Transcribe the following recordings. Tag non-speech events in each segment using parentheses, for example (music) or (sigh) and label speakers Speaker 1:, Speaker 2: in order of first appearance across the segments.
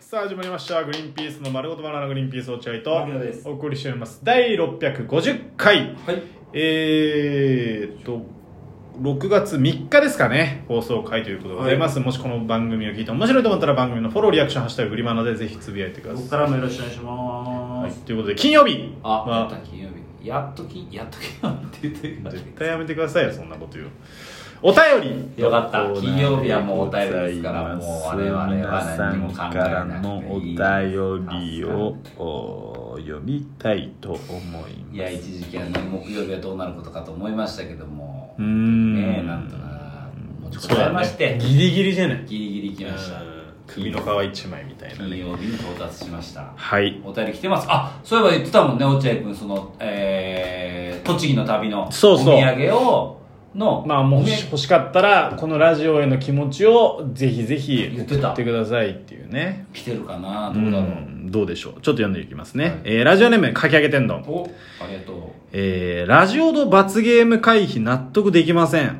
Speaker 1: さあ始まりました「グリーンピースの丸ごとバナナグリーンピース落合」と
Speaker 2: 丸です
Speaker 1: お送りしております第650回
Speaker 2: はい
Speaker 1: えーっと6月3日ですかね放送回ということでございます、もしこの番組を聞いて面白いと思ったら番組のフォローリアクション「ハッシュタググリマナ」でぜひつぶやいてくだ
Speaker 2: ここ
Speaker 1: さ
Speaker 2: からもよろしくお願いし
Speaker 1: い、は
Speaker 2: ま
Speaker 1: い
Speaker 2: す、
Speaker 1: ということで金曜日
Speaker 2: あ、や
Speaker 1: は
Speaker 2: った金曜日やっときやっと金曜日って言って
Speaker 1: 絶対やめてくださいよそんなこと言うお便り
Speaker 2: よかった金曜日はもうお便りですからもう我々
Speaker 3: 皆
Speaker 2: は
Speaker 3: さ
Speaker 2: 何も
Speaker 3: ん
Speaker 2: 考え
Speaker 3: から
Speaker 2: な
Speaker 3: の
Speaker 2: く
Speaker 3: お
Speaker 2: ていい
Speaker 3: 便りをお読みたいと思います
Speaker 2: いや一時期はね木曜日はどうなることかと思いましたけども
Speaker 1: うーん
Speaker 2: ねえなんとか持ちこたえまし
Speaker 1: そう
Speaker 2: て、
Speaker 1: だねギリギリじゃない
Speaker 2: ギリギリ来ました
Speaker 1: 首の皮一枚みたいな
Speaker 2: 金
Speaker 1: ね
Speaker 2: 曜日に到達しました
Speaker 1: はい
Speaker 2: お便り来てますあそういえば言ってたもんね落合君その、えー、栃木の旅のお土
Speaker 3: そうそう
Speaker 2: 産をの
Speaker 1: まあも
Speaker 2: お
Speaker 1: し
Speaker 2: 土産
Speaker 1: 欲しかったらこのラジオへの気持ちをぜひぜひ
Speaker 2: 言ってた
Speaker 1: 送ってくださいっていうね
Speaker 2: 来てるかなどうだろう、
Speaker 1: んどうでしょうちょっと読んでいきますね、
Speaker 2: はい
Speaker 1: えーラジオネームかき上げ天丼
Speaker 2: おありがとう
Speaker 1: えー、ラジオの罰ゲーム回避納得できません
Speaker 2: あ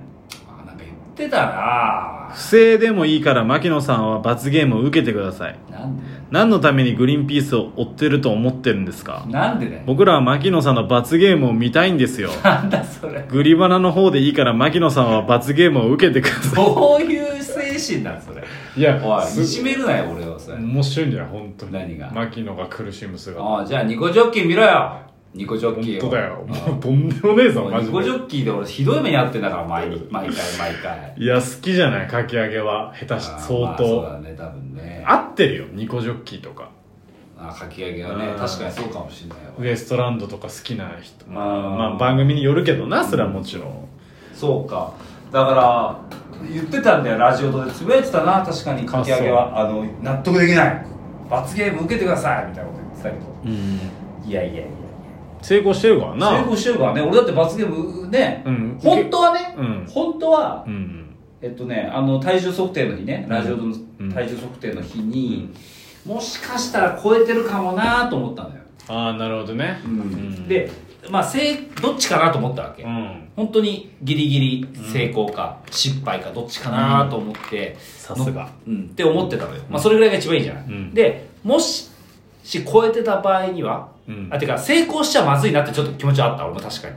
Speaker 2: なんか言ってたな
Speaker 1: 不正でもいいから牧野さんは罰ゲームを受けてください
Speaker 2: なんで
Speaker 1: 何のためにグリーンピースを追ってると思ってるんですか
Speaker 2: なんでだよ
Speaker 1: 僕らは牧野さんの罰ゲームを見たいんですよ
Speaker 2: なんだそれ
Speaker 1: グリバナの方でいいから牧野さんは罰ゲームを受けてくださ
Speaker 2: どういう精神だそれ
Speaker 1: いいや
Speaker 2: おいいじめるなよ俺をそれ
Speaker 1: 面白いんじゃない本当に
Speaker 2: 何が
Speaker 1: 牧野が苦しむ姿
Speaker 2: ああじゃあニコジョッキー見ろよニコジョッ
Speaker 1: 本
Speaker 2: キーを
Speaker 1: 当だよもうとんでもねえぞマ
Speaker 2: ニ
Speaker 1: ジ
Speaker 2: コジ
Speaker 1: で
Speaker 2: ョッキーで俺ひどい目に遭ってんだから毎日毎回毎回
Speaker 1: いや好きじゃないかき揚げは下手し
Speaker 2: あー
Speaker 1: 相
Speaker 2: まあ、
Speaker 1: 当
Speaker 2: そうだね多分ね
Speaker 1: 合ってるよニコジョッキーとか
Speaker 2: あかき揚げはね
Speaker 1: うん
Speaker 2: 確かにそうかもしれないわ
Speaker 1: ウエストランドとか好きな人まあ
Speaker 2: あー
Speaker 1: まあ番組によるけどなそれはもちろん
Speaker 2: そうかだから言ってたんだよラジオとでつぶやいてたな確かにかき揚げはあの納得できない罰ゲーム受けてくださいみたいなこと言ってたけど
Speaker 1: うん
Speaker 2: いやいやいやいや
Speaker 1: 成功してるからな
Speaker 2: 成功してるからね俺だって罰ゲームね、
Speaker 1: うん
Speaker 2: 本当はね、
Speaker 1: うん
Speaker 2: 本当は
Speaker 1: う、ん
Speaker 2: えっとねあの体重測定の日ね
Speaker 1: ん
Speaker 2: ラジオの
Speaker 1: うん
Speaker 2: 体重測定の日に、もしかしたら超えてるかもなと思ったんだよ、
Speaker 1: ああなるほどねうん
Speaker 2: でまあせいどっちかなと思ったわけ、
Speaker 1: うん
Speaker 2: 本当にギリギリ成功か失敗かどっちかなと思って、
Speaker 1: さすが
Speaker 2: のうん、って思ってたのよ、まあ、それぐらいが一番いいじゃない、
Speaker 1: うん
Speaker 2: でもしし超えてた場合には、
Speaker 1: うん
Speaker 2: あてか成功しちゃまずいなってちょっと気持ちはあった俺も
Speaker 1: (laughs)
Speaker 2: 確かに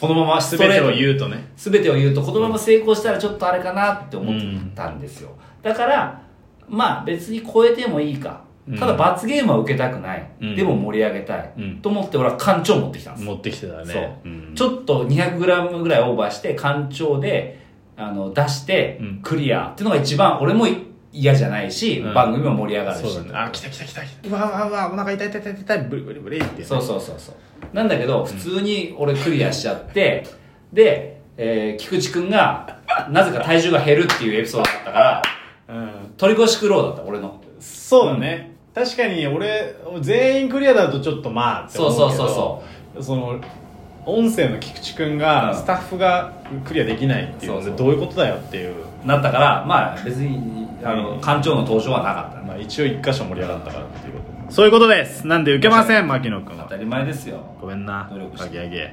Speaker 2: このままス
Speaker 1: 全
Speaker 2: トレ
Speaker 1: て
Speaker 2: ー
Speaker 1: を
Speaker 2: ト
Speaker 1: 言うとね
Speaker 2: 全てを言うとこのまま成功したらちょっとあれかなって思ってたんですよ、だからまあ別に超えてもいいか
Speaker 1: うん
Speaker 2: ただ罰ゲームは受けたくない、
Speaker 1: うん
Speaker 2: でも盛り上げたい、
Speaker 1: うん
Speaker 2: と思って俺は館長を持ってきたんです
Speaker 1: 持ってきてたね
Speaker 2: そう、
Speaker 1: ん
Speaker 2: ちょっと 200g ぐらいオーバーして干潮であの出して
Speaker 1: うん
Speaker 2: クリアっていうのが一番俺も嫌じゃないし、
Speaker 1: うん
Speaker 2: 番組も盛り上がるし
Speaker 1: そうだねあ来た来た来た来たうわうわうわお腹痛い痛い痛い痛いブリブリブリって
Speaker 2: そうそうそうそうなんだけど普通に俺クリアしちゃって、で、えー菊池くんがなぜか体重が減るっていうエピソードだったから
Speaker 1: うん
Speaker 2: 取り越し苦労だった俺の
Speaker 1: そうだね、確かに俺全員クリアだとちょっとまあって思うけど
Speaker 2: そうそうそ
Speaker 1: その音声の菊池君が
Speaker 2: うん
Speaker 1: スタッフがクリアできないっていうので
Speaker 2: そうそう
Speaker 1: どういうことだよっていう
Speaker 2: なったからまあ別にあ
Speaker 1: うん
Speaker 2: の館長の当初はなかったね
Speaker 1: まあ一応一箇所盛り上がったからっていうことそういうことですなんで受けません牧野君
Speaker 2: 当
Speaker 1: は
Speaker 2: たり前ですよ、
Speaker 1: ごめんな
Speaker 2: 努力して
Speaker 1: かき上げ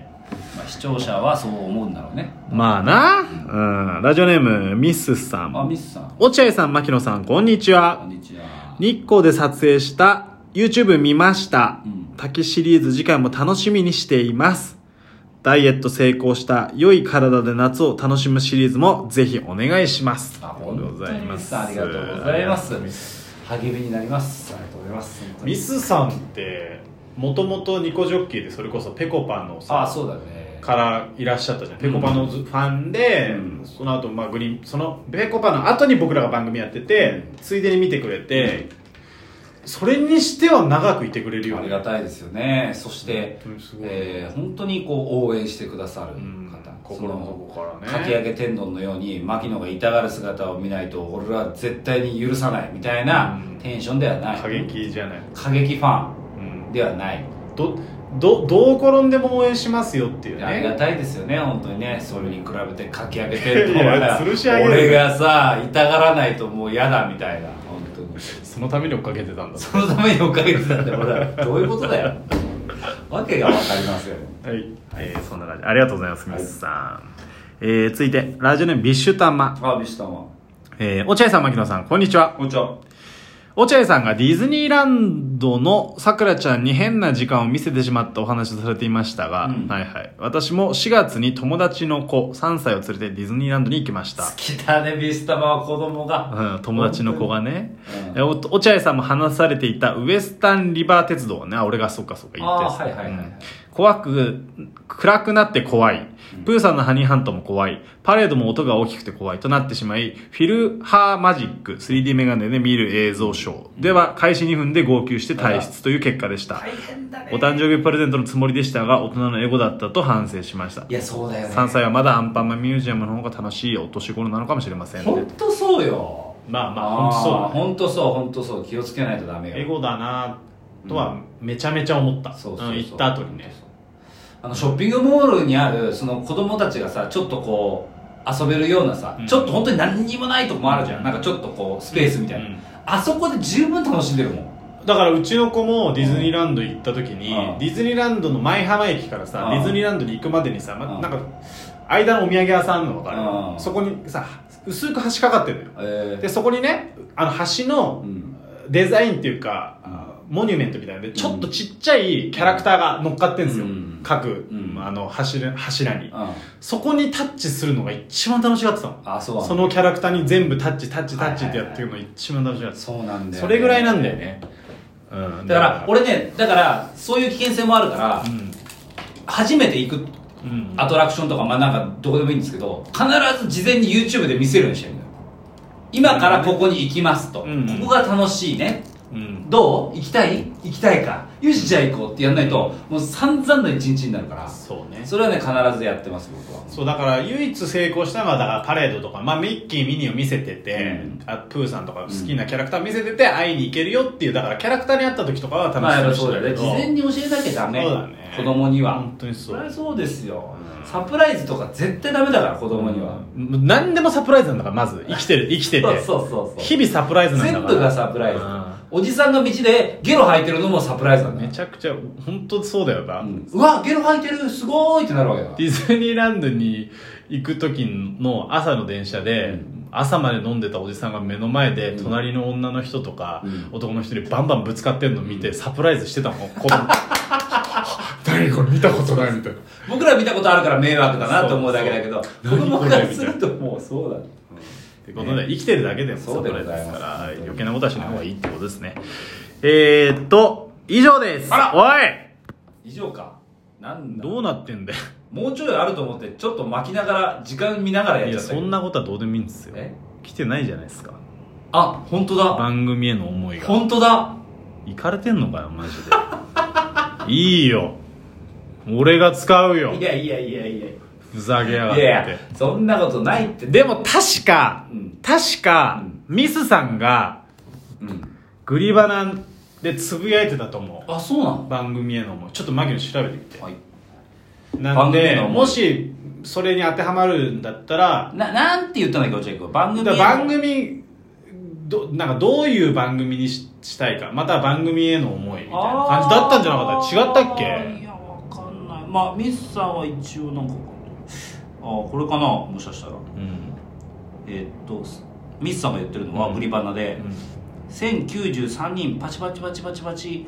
Speaker 2: まあ、視聴者はそう思うんだろうね
Speaker 1: まあな、うん、ラジオネームミスさ
Speaker 2: あ
Speaker 1: ん
Speaker 2: ミスさん
Speaker 1: 落合さん牧野さんこんにちは
Speaker 2: こんにちは
Speaker 1: 日光で撮影した YouTube 見ました、
Speaker 2: うん
Speaker 1: 滝シリーズ次回も楽しみにしていますダイエット成功した良い体で夏を楽しむシリーズもぜひお願いしますあ
Speaker 2: あ、
Speaker 1: り
Speaker 2: 本
Speaker 1: がとう
Speaker 2: 当
Speaker 1: ござい
Speaker 2: に
Speaker 1: ま
Speaker 2: ミ
Speaker 1: す
Speaker 2: スさんありがとうございます。励みになります。ありがとうございます。本当に
Speaker 1: ミスさんってもともとニコジョッキーでそれこそぺこぱの
Speaker 2: あ、
Speaker 1: さ
Speaker 2: そうだね。
Speaker 1: からいらっしゃったじゃんぺこぱのファンで、
Speaker 2: うん
Speaker 1: その後まあグリーンそのぺこぱの後に僕らが番組やってて、ついでに見てくれて、それにしては長くいてくれるよ
Speaker 2: あ
Speaker 1: ね
Speaker 2: りがたいですよね。そして
Speaker 1: 本当にす、ごい
Speaker 2: えー本当にこう応援してくださる方、
Speaker 1: 心の底からね
Speaker 2: そのかき揚げ天丼のように牧野が痛がる姿を見ないと俺は絶対に許さないみたいな
Speaker 1: うん
Speaker 2: テンションではない。
Speaker 1: 過激じゃない、
Speaker 2: 過激ファ
Speaker 1: うん
Speaker 2: ンではない。
Speaker 1: どどどう転んでも応援しますよっていうね
Speaker 2: ありがたいですよね、本当にね、それに比べてかき上げて
Speaker 1: いや吊るし上げる
Speaker 2: 俺がさ、痛がらないともう嫌だみたいな、本当に。
Speaker 1: そのために追っかけてたんだ
Speaker 2: そのために追っかけてたんだよ、俺は
Speaker 1: (laughs)
Speaker 2: どういうことだよ。わけがわかりますよ。
Speaker 1: はい、えーそんな感じありがとうございますミスさん、えー続いてラジオネームビッシュタマ、
Speaker 2: あ、ビシュタマ。
Speaker 1: えー、落合さん牧野さんこんにちは
Speaker 2: こんにちは。
Speaker 1: 落合さんがディズニーランドのさくらちゃんに変な時間を見せてしまったお話をされていましたが、
Speaker 2: うん
Speaker 1: はいはい、私も4月に友達の子3歳を連れてディズニーランドに行きました
Speaker 2: 好、きだねビスタバは子供が、
Speaker 1: うん、友達の子がね
Speaker 2: うん
Speaker 1: えお落合さんも話されていたウエスタンリバー鉄道ねあ俺がそうかそうか言って
Speaker 2: あーはいはいはいはい
Speaker 1: 怖く暗くなって怖いプーさんのハニーハントも怖いパレードも音が大きくて怖いとなってしまいフィルハーマジック 3D メガネで見る映像ショーでは開始2分で号泣して退出という結果でした
Speaker 2: 大変だね
Speaker 1: お誕生日プレゼントのつもりでしたが大人のエゴだったと反省しました
Speaker 2: いやそうだよね
Speaker 1: 3歳はまだアンパンマンミュージアムの方が楽しいお年頃なのかもしれませんね
Speaker 2: 本当そうよ
Speaker 1: まあまあ
Speaker 2: あー
Speaker 1: 本
Speaker 2: 本当そう本当そう気をつけないとダメよ
Speaker 1: エゴだなとはめちゃめちゃ思った、
Speaker 2: そうそう
Speaker 1: う
Speaker 2: そう
Speaker 1: ん行った後にね
Speaker 2: あのショッピングモールにあるその子供たちがさちょっとこう遊べるようなさ、
Speaker 1: うん
Speaker 2: ちょっと本当に何にもないとこもあるじゃん、なんかちょっとこうスペースみたいな、
Speaker 1: うん
Speaker 2: あそこで十分楽しんでるもん
Speaker 1: だからうちの子もディズニーランド行った時に
Speaker 2: うん
Speaker 1: ディズニーランドの舞浜駅からさ
Speaker 2: うん
Speaker 1: ディズニーランドに行くまでにさ、
Speaker 2: う
Speaker 1: ま、
Speaker 2: ん
Speaker 1: なんか間のお土産屋さんあるの分か
Speaker 2: うん
Speaker 1: るそこにさ薄く橋かかってるのよ
Speaker 2: え
Speaker 1: でそこにねあの橋の
Speaker 2: うん
Speaker 1: デザインっていうかあモニュメントみたいなのでちょっとちっちゃいキャラクターが乗っかってんですよ
Speaker 2: うん
Speaker 1: 各、
Speaker 2: ん
Speaker 1: あの柱柱に
Speaker 2: うん
Speaker 1: そこにタッチするのが一番楽しかったの
Speaker 2: あそうなんだ
Speaker 1: そのキャラクターに全部タッチタッチタッチってやってるの一番楽しかった
Speaker 2: そうなんだよね、
Speaker 1: それぐらいなんだよねうん
Speaker 2: だから俺ねだからそういう危険性もあるから、
Speaker 1: うん
Speaker 2: 初めて行く
Speaker 1: うん
Speaker 2: アトラクションとかまあなんかどこでもいいんですけど必ず事前に YouTube で見せるようにしてるのよ今からここに行きますと、
Speaker 1: うん
Speaker 2: ここが楽しいね
Speaker 1: うん
Speaker 2: どう行きたい行きたいかよしじゃあ行こうってやんないともう散々な一日になるから
Speaker 1: そうね
Speaker 2: それはね必ずやってます僕は
Speaker 1: そうだから唯一成功したのはだからパレードとか、まあ、ミッキーミニーを見せてて、
Speaker 2: うん
Speaker 1: あプーさんとか好きなキャラクター見せてて会いに行けるよっていうだからキャラクターに会った時とかは楽し
Speaker 2: まあや
Speaker 1: み
Speaker 2: っぱ
Speaker 1: にし
Speaker 2: そう
Speaker 1: て
Speaker 2: だ
Speaker 1: た
Speaker 2: よ
Speaker 1: け
Speaker 2: ね
Speaker 1: ど
Speaker 2: 事前に教えなきゃダメ
Speaker 1: そうだね
Speaker 2: 子供には
Speaker 1: 本当にそ
Speaker 2: それは
Speaker 1: う
Speaker 2: そうですよ、
Speaker 1: うん
Speaker 2: サプライズとか絶対ダメだから子供には、
Speaker 1: うん何でもサプライズなんだからまず生きてる生きてて
Speaker 2: そうそうそうそう
Speaker 1: 日々サプライズなんだ
Speaker 2: 全
Speaker 1: から
Speaker 2: 部がサプライ
Speaker 1: う
Speaker 2: ズ
Speaker 1: ん
Speaker 2: おじさんが道でゲロ吐いてるのもサプライズなんだ
Speaker 1: めちゃくちゃ本当そうだよな、
Speaker 2: うんうわゲロ吐いてるすごーいってなるわけだ
Speaker 1: ディズニーランドに行く時の朝の電車で、
Speaker 2: うん
Speaker 1: 朝まで飲んでたおじさんが目の前で
Speaker 2: うん
Speaker 1: 隣の女の人とか、
Speaker 2: うん
Speaker 1: 男の人にバンバンぶつかってるの見てサプライズしてたのこ
Speaker 2: (laughs)
Speaker 1: の何これ見たことないみたいな
Speaker 2: 僕ら見たことあるから迷惑だなと思うだけだけど子
Speaker 1: そう
Speaker 2: 供
Speaker 1: 何これ
Speaker 2: からするともうそうだね
Speaker 1: ということで、生きてるだけでもサ
Speaker 2: そ
Speaker 1: プ
Speaker 2: うでご
Speaker 1: ラ
Speaker 2: ざ
Speaker 1: イ
Speaker 2: い
Speaker 1: ズ
Speaker 2: ま
Speaker 1: で
Speaker 2: す
Speaker 1: すから余計なことはしない方がいいってことですね、えーっと以上です
Speaker 2: あら
Speaker 1: おい
Speaker 2: 以上かなんだ
Speaker 1: どうなってんだよ
Speaker 2: もうちょいあると思ってちょっと巻きながら時間見ながらやっ
Speaker 1: い
Speaker 2: ち
Speaker 1: や
Speaker 2: ゃった
Speaker 1: そ
Speaker 2: けど
Speaker 1: んなことはどうでもいいんですよ
Speaker 2: え
Speaker 1: 来てないじゃないですか
Speaker 2: あ本当だ
Speaker 1: 番組への思いが
Speaker 2: 本当だ
Speaker 1: 行かれてんのかよマジでいいよ俺が使うよ
Speaker 2: いやいやいやいやい
Speaker 1: ふざけやがっ
Speaker 2: やいや
Speaker 1: て
Speaker 2: そんなことないって
Speaker 1: でも確か
Speaker 2: うん
Speaker 1: 確か、ミスさんが
Speaker 2: うん
Speaker 1: グリバナでつぶやいてたと思
Speaker 2: あそうなの
Speaker 1: う番組への思いちょっとマギの調べてみて
Speaker 2: はい
Speaker 1: なんで
Speaker 2: 番組への思い
Speaker 1: もしそれに当てはまるんだったら
Speaker 2: ななんて言ったんだっけ落合君番組
Speaker 1: だから番組どなんかどういう番組にししたいかまたは番組への思いみたいな感じだったんじゃなかった違ったっけ
Speaker 2: いやわかんないまあミスさんは一応なんかあこれかなもしかしたら
Speaker 1: うん
Speaker 2: えーっとミスさんが言ってるのは
Speaker 1: うん
Speaker 2: グリバナで、
Speaker 1: うん
Speaker 2: 1093人パチパチパチパチパチ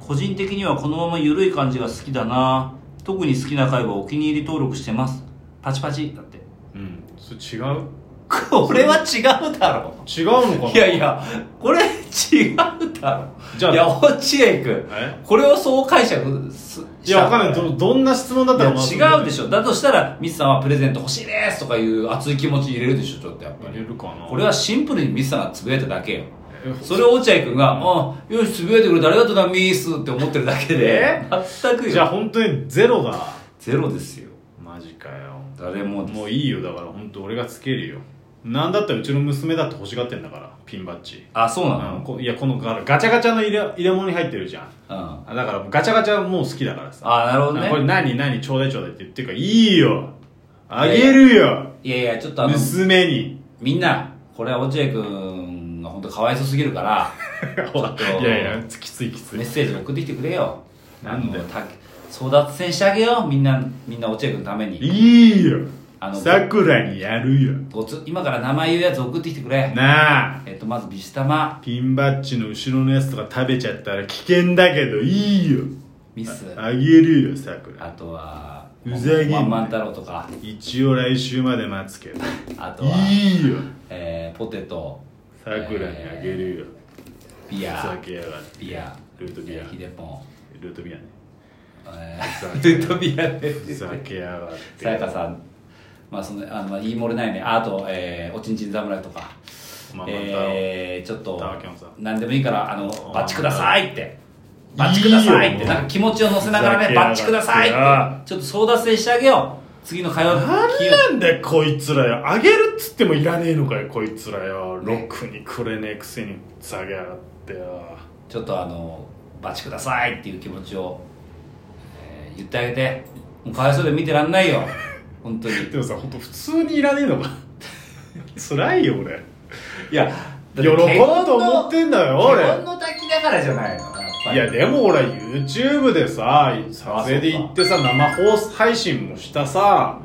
Speaker 2: 個人的にはこのまま緩い感じが好きだな特に好きな回はお気に入り登録してますパチパチだって
Speaker 1: うん、それ違う
Speaker 2: (laughs) これは違うだろ
Speaker 1: 違うのかない
Speaker 2: やいやこれ違うだろ
Speaker 1: じゃあ
Speaker 2: いや落合君
Speaker 1: え
Speaker 2: これをそう解釈す
Speaker 1: いやわかんない
Speaker 2: い
Speaker 1: どどんな質問だった
Speaker 2: や
Speaker 1: のか
Speaker 2: 違うで
Speaker 1: し
Speaker 2: しょだとしたらミスさんはプレゼント欲しいですとかいう熱い気持ち入れるでしょちょっとやっぱ
Speaker 1: 入
Speaker 2: り
Speaker 1: れるかな
Speaker 2: これはシンプルにミスさんがつぶやいただけよ
Speaker 1: え
Speaker 2: それを落合君が「あよしつぶやいてくれてありがとうなミス」って思ってるだけで
Speaker 1: え
Speaker 2: 全く
Speaker 1: じゃあ
Speaker 2: よ
Speaker 1: 本当にゼロだ
Speaker 2: ゼロですよ
Speaker 1: マジかよ
Speaker 2: 誰も
Speaker 1: もういいよだから本当俺がつけるよなんだったらうちの娘だって欲しがってんだからピンバッジ
Speaker 2: あそうな
Speaker 1: うん
Speaker 2: の
Speaker 1: こいやこのガガチャガチャの入れ入れ物に入ってるじゃん
Speaker 2: うんあ
Speaker 1: あだからガチャガチャもう好きだからさ
Speaker 2: あなるほど
Speaker 1: あこれ
Speaker 2: ね
Speaker 1: 何何ちょうだいちょうだいって言ってるからいいよあげるよ
Speaker 2: いやいやちょっとあの
Speaker 1: 娘に
Speaker 2: みんなこれは落合君が本当かわいそうすぎるから
Speaker 1: (laughs)
Speaker 2: ちょっと
Speaker 1: いやいやきついきつ
Speaker 2: メッ
Speaker 1: い
Speaker 2: セージ送ってきてくれよ
Speaker 1: なんだよ
Speaker 2: あのた争奪戦してあげようみんなみんな落合君のために
Speaker 1: いいよ
Speaker 2: あの
Speaker 1: さくらにやるよ
Speaker 2: ごつ今から名前言うやつ送ってきてくれ
Speaker 1: なあ
Speaker 2: えっとまずビシタマ
Speaker 1: ピンバッジの後ろのやつとか食べちゃったら危険だけどいいよ
Speaker 2: ミス
Speaker 1: あげるよさく
Speaker 2: あ
Speaker 1: ら
Speaker 2: とは
Speaker 1: うざいね
Speaker 2: ワンマン太郎とか
Speaker 1: 一応来週まで待つけど
Speaker 2: あとは、
Speaker 1: いいよ
Speaker 2: えーポテト
Speaker 1: さくらにあげるよ
Speaker 2: ビ
Speaker 1: ふざ
Speaker 2: ア
Speaker 1: けやがって
Speaker 2: ビア
Speaker 1: ルートビア
Speaker 2: えヒデポン
Speaker 1: ルートビアね
Speaker 2: え
Speaker 1: ふざ
Speaker 2: ー
Speaker 1: け
Speaker 2: ルートビアで
Speaker 1: ふざけやがっ
Speaker 2: さや
Speaker 1: て
Speaker 2: かさんまあそのあのまあ言い漏れないねあと、えーおちんちん侍とか
Speaker 1: まあまあ
Speaker 2: えーちょっと
Speaker 1: タワキョンさん
Speaker 2: 何でもいいからあのバッチくださいって
Speaker 1: あ
Speaker 2: バッチくださいっ
Speaker 1: いい
Speaker 2: て
Speaker 1: よ
Speaker 2: なんか気持ちを乗せながら
Speaker 1: ふざけ
Speaker 2: ね
Speaker 1: やが
Speaker 2: バ
Speaker 1: って
Speaker 2: ッチくださいってちょっと争奪戦してあげよう次の火曜日
Speaker 1: 何なんだよこいつらよあげるっつってもいらねえのかよこいつらよロックにくれねえくせにふざけやがってよ
Speaker 2: ちょっとあのバチくださいっていう気持ちを、えー言ってあげてもうかわいそうで見てらんない
Speaker 1: (laughs)
Speaker 2: よ本当に
Speaker 1: でもさ本当普通にいらねえのか辛いよ俺
Speaker 2: いや
Speaker 1: 喜ぼうと思ってんだよ俺
Speaker 2: 基本の滝だからじゃないのやっぱ
Speaker 1: い
Speaker 2: り
Speaker 1: やでもほら YouTube でさ撮影で行ってさ生放送配信もしたさ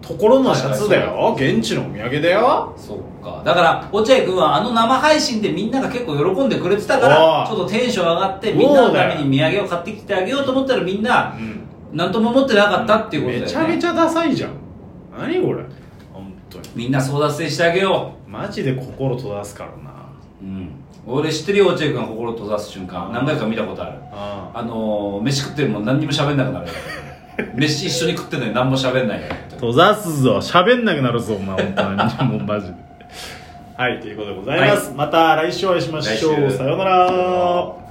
Speaker 1: ところのやつだよ現地のお土産だよ
Speaker 2: そっかだから落合君はあの生配信でみんなが結構喜んでくれてたから
Speaker 1: おう
Speaker 2: ちょっとテンション上がってみんなのために土産を買ってきてあげようと思ったらみんな
Speaker 1: うん
Speaker 2: 何とも思ってなかったっていうことだよ、ね、
Speaker 1: めちゃめちゃダサいじゃん何これ本当に
Speaker 2: みんな争奪戦してあげよ
Speaker 1: マジで心閉ざすからな
Speaker 2: ううん俺知ってるよ落合君が心閉ざす瞬間何回か見たことある
Speaker 1: あ
Speaker 2: あのー、飯食ってるもん何にも喋んなくなる飯一緒に食ってんのに何も喋んない
Speaker 1: 閉ざすぞ喋んなくなるぞお前本当にもうマジではいということでございます、また来週お会いしましょ
Speaker 2: 来
Speaker 1: う
Speaker 2: 週
Speaker 1: さようなら